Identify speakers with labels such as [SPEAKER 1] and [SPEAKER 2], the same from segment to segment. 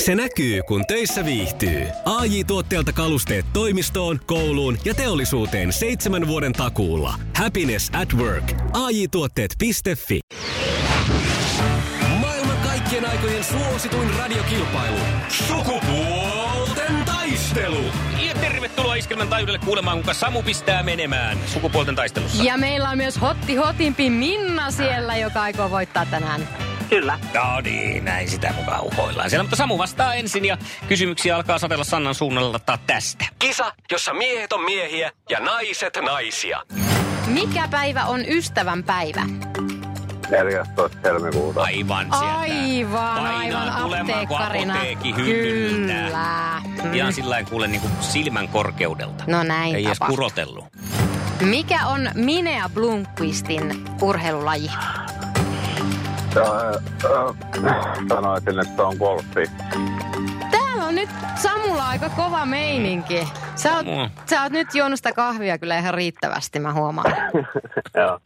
[SPEAKER 1] Se näkyy, kun töissä viihtyy. ai tuotteelta kalusteet toimistoon, kouluun ja teollisuuteen seitsemän vuoden takuulla. Happiness at work. ai tuotteetfi Maailman kaikkien aikojen suosituin radiokilpailu. Sukupuolten taistelu.
[SPEAKER 2] Ja tervetuloa Iskelmän taajuudelle kuulemaan, kuinka Samu pistää menemään sukupuolten taistelussa.
[SPEAKER 3] Ja meillä on myös hotti hotimpi Minna siellä, joka aikoo voittaa tänään.
[SPEAKER 4] Kyllä.
[SPEAKER 2] No niin, näin sitä mukaan uhoillaan siellä. Mutta Samu vastaa ensin ja kysymyksiä alkaa satella Sannan suunnalta tästä.
[SPEAKER 1] Kisa, jossa miehet on miehiä ja naiset naisia.
[SPEAKER 3] Mikä päivä on ystävän päivä?
[SPEAKER 5] 14. helmikuuta.
[SPEAKER 2] Aivan sieltä.
[SPEAKER 3] Aivan,
[SPEAKER 2] Painaa
[SPEAKER 3] aivan
[SPEAKER 2] tulemaan, kun
[SPEAKER 3] apteekkarina.
[SPEAKER 2] apteekin hyllyltä.
[SPEAKER 3] Kyllä. Mm.
[SPEAKER 2] Ihan sillä lailla kuule niin kuin silmän korkeudelta.
[SPEAKER 3] No näin
[SPEAKER 2] Ei edes
[SPEAKER 3] tapahtuu.
[SPEAKER 2] kurotellut.
[SPEAKER 3] Mikä on Minea Blomqvistin urheilulaji?
[SPEAKER 5] Ja, äh, äh, Sanoisin, että on golfi.
[SPEAKER 3] Täällä on nyt Samulla aika kova
[SPEAKER 2] Mm.
[SPEAKER 3] meininki. Sä oot,
[SPEAKER 2] Samua.
[SPEAKER 3] sä oot nyt juonut sitä kahvia kyllä ihan riittävästi, mä huomaan.
[SPEAKER 5] Joo.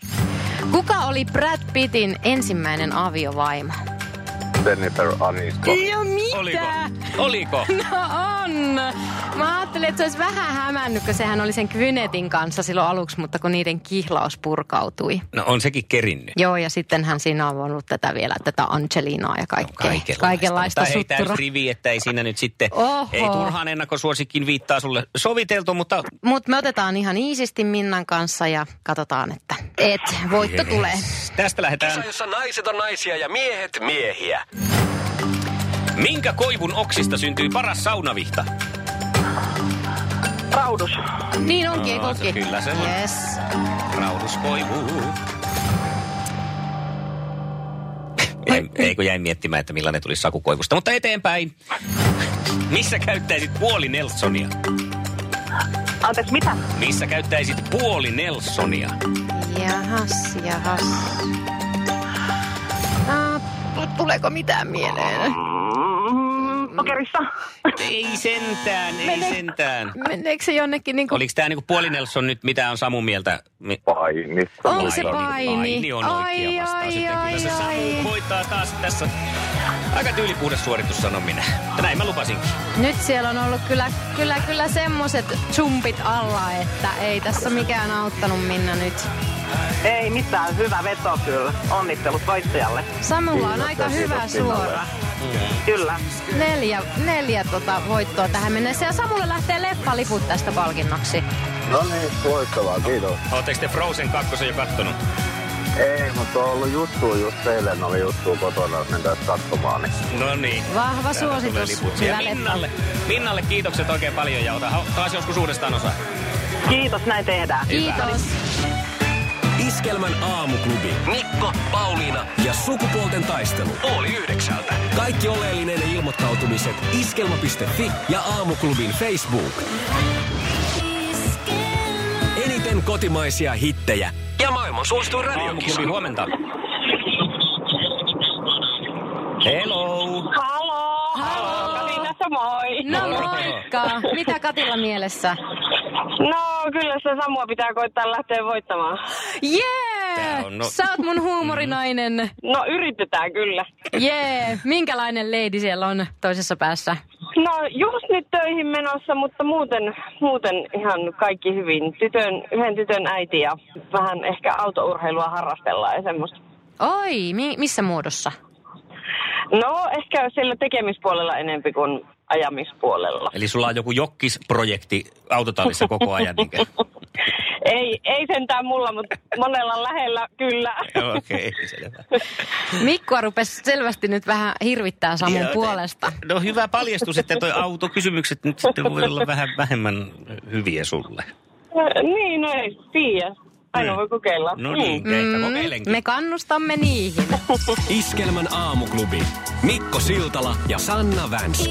[SPEAKER 3] Kuka oli Brad Pittin ensimmäinen aviovaimo?
[SPEAKER 5] Jennifer Aniston.
[SPEAKER 3] Ja mitä?
[SPEAKER 2] Oliko? Oliko?
[SPEAKER 3] No on. Mä ajattelin, että se olisi vähän hämännyt, kun sehän oli sen Kvynetin kanssa silloin aluksi, mutta kun niiden kihlaus purkautui.
[SPEAKER 2] No on sekin kerinnyt.
[SPEAKER 3] Joo, ja sittenhän siinä on ollut tätä vielä, tätä Angelinaa ja kaikkea.
[SPEAKER 2] No Kaikenlaista.
[SPEAKER 3] kaikenlaista
[SPEAKER 2] Mutta ei täys
[SPEAKER 3] suttura.
[SPEAKER 2] rivi, että ei siinä nyt sitten,
[SPEAKER 3] Oho.
[SPEAKER 2] ei turhaan ennakkosuosikkin viittaa sulle soviteltu, mutta
[SPEAKER 3] Mutta me otetaan ihan iisisti Minnan kanssa ja katsotaan, että et, voitto yes. tulee.
[SPEAKER 2] tästä
[SPEAKER 1] Kisa,
[SPEAKER 2] lähdetään.
[SPEAKER 1] jossa naiset on naisia ja miehet miehiä.
[SPEAKER 2] Minkä koivun oksista syntyy paras saunavihta?
[SPEAKER 4] Raudus.
[SPEAKER 3] Niin onkin,
[SPEAKER 2] No,
[SPEAKER 3] no,
[SPEAKER 2] se kyllä se on.
[SPEAKER 3] Yes.
[SPEAKER 2] Rauduskoivu. Jäi, ei kun jäin miettimään, että millainen tulisi sakukoivusta, mutta eteenpäin. Missä käyttäisit puoli Nelsonia?
[SPEAKER 4] Anteeksi, mitä?
[SPEAKER 2] Missä käyttäisit puoli Nelsonia?
[SPEAKER 3] Jahas, jahas. Ah, tuleeko mitään mieleen?
[SPEAKER 4] Mm, pokerissa.
[SPEAKER 2] Ei sentään, ei sentään.
[SPEAKER 3] Meneekö se jonnekin niin kuin
[SPEAKER 2] Oliko tämä niinku puoli Nelson nyt, mitä on Samun mieltä? Mi-
[SPEAKER 5] Painissa.
[SPEAKER 3] Onko se
[SPEAKER 2] Paini.
[SPEAKER 3] paini?
[SPEAKER 2] Paini Niinku niin on oikea
[SPEAKER 3] niin. Ai,
[SPEAKER 2] vastaus.
[SPEAKER 3] ai,
[SPEAKER 2] Sitten
[SPEAKER 3] ai,
[SPEAKER 2] kyllä se
[SPEAKER 3] ai.
[SPEAKER 2] Samu voittaa taas tässä. Aika tyylipuhdas suoritus, sanon minä. Ja näin mä lupasinkin.
[SPEAKER 3] Nyt siellä on ollut kyllä, kyllä, kyllä semmoset chumpit alla, että ei tässä mikään auttanut Minna nyt.
[SPEAKER 4] Ei mitään, hyvä veto kyllä. Onnittelut voittajalle.
[SPEAKER 3] Samulla on
[SPEAKER 5] Kiitos,
[SPEAKER 3] aika
[SPEAKER 5] kiitos
[SPEAKER 3] hyvä
[SPEAKER 5] Minnalle.
[SPEAKER 3] suora. Mm-hmm.
[SPEAKER 4] Kyllä.
[SPEAKER 3] Neljä, neljä tota voittoa tähän mennessä ja Samulle lähtee leffaliput tästä palkinnoksi.
[SPEAKER 5] No niin, loistavaa, kiitos.
[SPEAKER 2] Oletteko te Frozen 2 jo kattonut?
[SPEAKER 5] Ei, mutta on ollut juttu just eilen, oli juttu kotona, jos mennään katsomaan. Niin.
[SPEAKER 2] No niin.
[SPEAKER 3] Vahva
[SPEAKER 2] Täällä tulee
[SPEAKER 3] suositus.
[SPEAKER 2] liput
[SPEAKER 3] Hyvä
[SPEAKER 2] siellä.
[SPEAKER 3] leffa.
[SPEAKER 2] Minnalle, Minnalle kiitokset oikein paljon ja ota taas joskus uudestaan osa.
[SPEAKER 4] Kiitos, näin tehdään.
[SPEAKER 3] Kiitos.
[SPEAKER 1] Iskelmän aamuklubi. Mikko, Pauliina ja sukupuolten taistelu. Oli yhdeksältä. Kaikki oleellinen ilmoittautumiset iskelma.fi ja aamuklubin Facebook. Eniten kotimaisia hittejä ja maailman suosituin radiokisa.
[SPEAKER 2] Aamuklubi, huomenta. Hello.
[SPEAKER 4] Halo!
[SPEAKER 3] Halo.
[SPEAKER 4] Kati, tässä moi.
[SPEAKER 3] No moikka. Mitä Katilla mielessä?
[SPEAKER 4] No, kyllä se Samua pitää koittaa lähteä voittamaan.
[SPEAKER 3] Jee!
[SPEAKER 2] Tää on
[SPEAKER 3] Yeah!
[SPEAKER 2] no-
[SPEAKER 3] Sä oot mun huumorinainen.
[SPEAKER 4] No, yritetään kyllä.
[SPEAKER 3] Jee! Minkälainen leidi siellä on toisessa päässä?
[SPEAKER 4] No, just nyt töihin menossa, mutta muuten, muuten ihan kaikki hyvin. Tytön, yhden tytön äiti ja vähän ehkä autourheilua harrastellaan ja semmoista.
[SPEAKER 3] Oi, mi- missä muodossa?
[SPEAKER 4] No, ehkä sillä tekemispuolella enempi kuin ajamispuolella.
[SPEAKER 2] Eli sulla on joku jokkisprojekti autotallissa koko ajan. niinkö?
[SPEAKER 4] Ei, ei sentään mulla, mutta monella lähellä kyllä.
[SPEAKER 2] Joo, Okei, selvä.
[SPEAKER 3] Mikkua rupesi selvästi nyt vähän hirvittää Samun
[SPEAKER 2] Joo, te-
[SPEAKER 3] puolesta.
[SPEAKER 2] No hyvä paljastus, että toi autokysymykset nyt sitten voi olla vähän vähemmän hyviä sulle.
[SPEAKER 4] No, niin, no ei tiedä. Aina voi kokeilla.
[SPEAKER 2] No niin,
[SPEAKER 4] Mm.
[SPEAKER 2] mm. ehkä kokeilenkin.
[SPEAKER 3] me kannustamme niihin.
[SPEAKER 1] Iskelmän aamuklubi. Mikko Siltala ja Sanna Vänskä.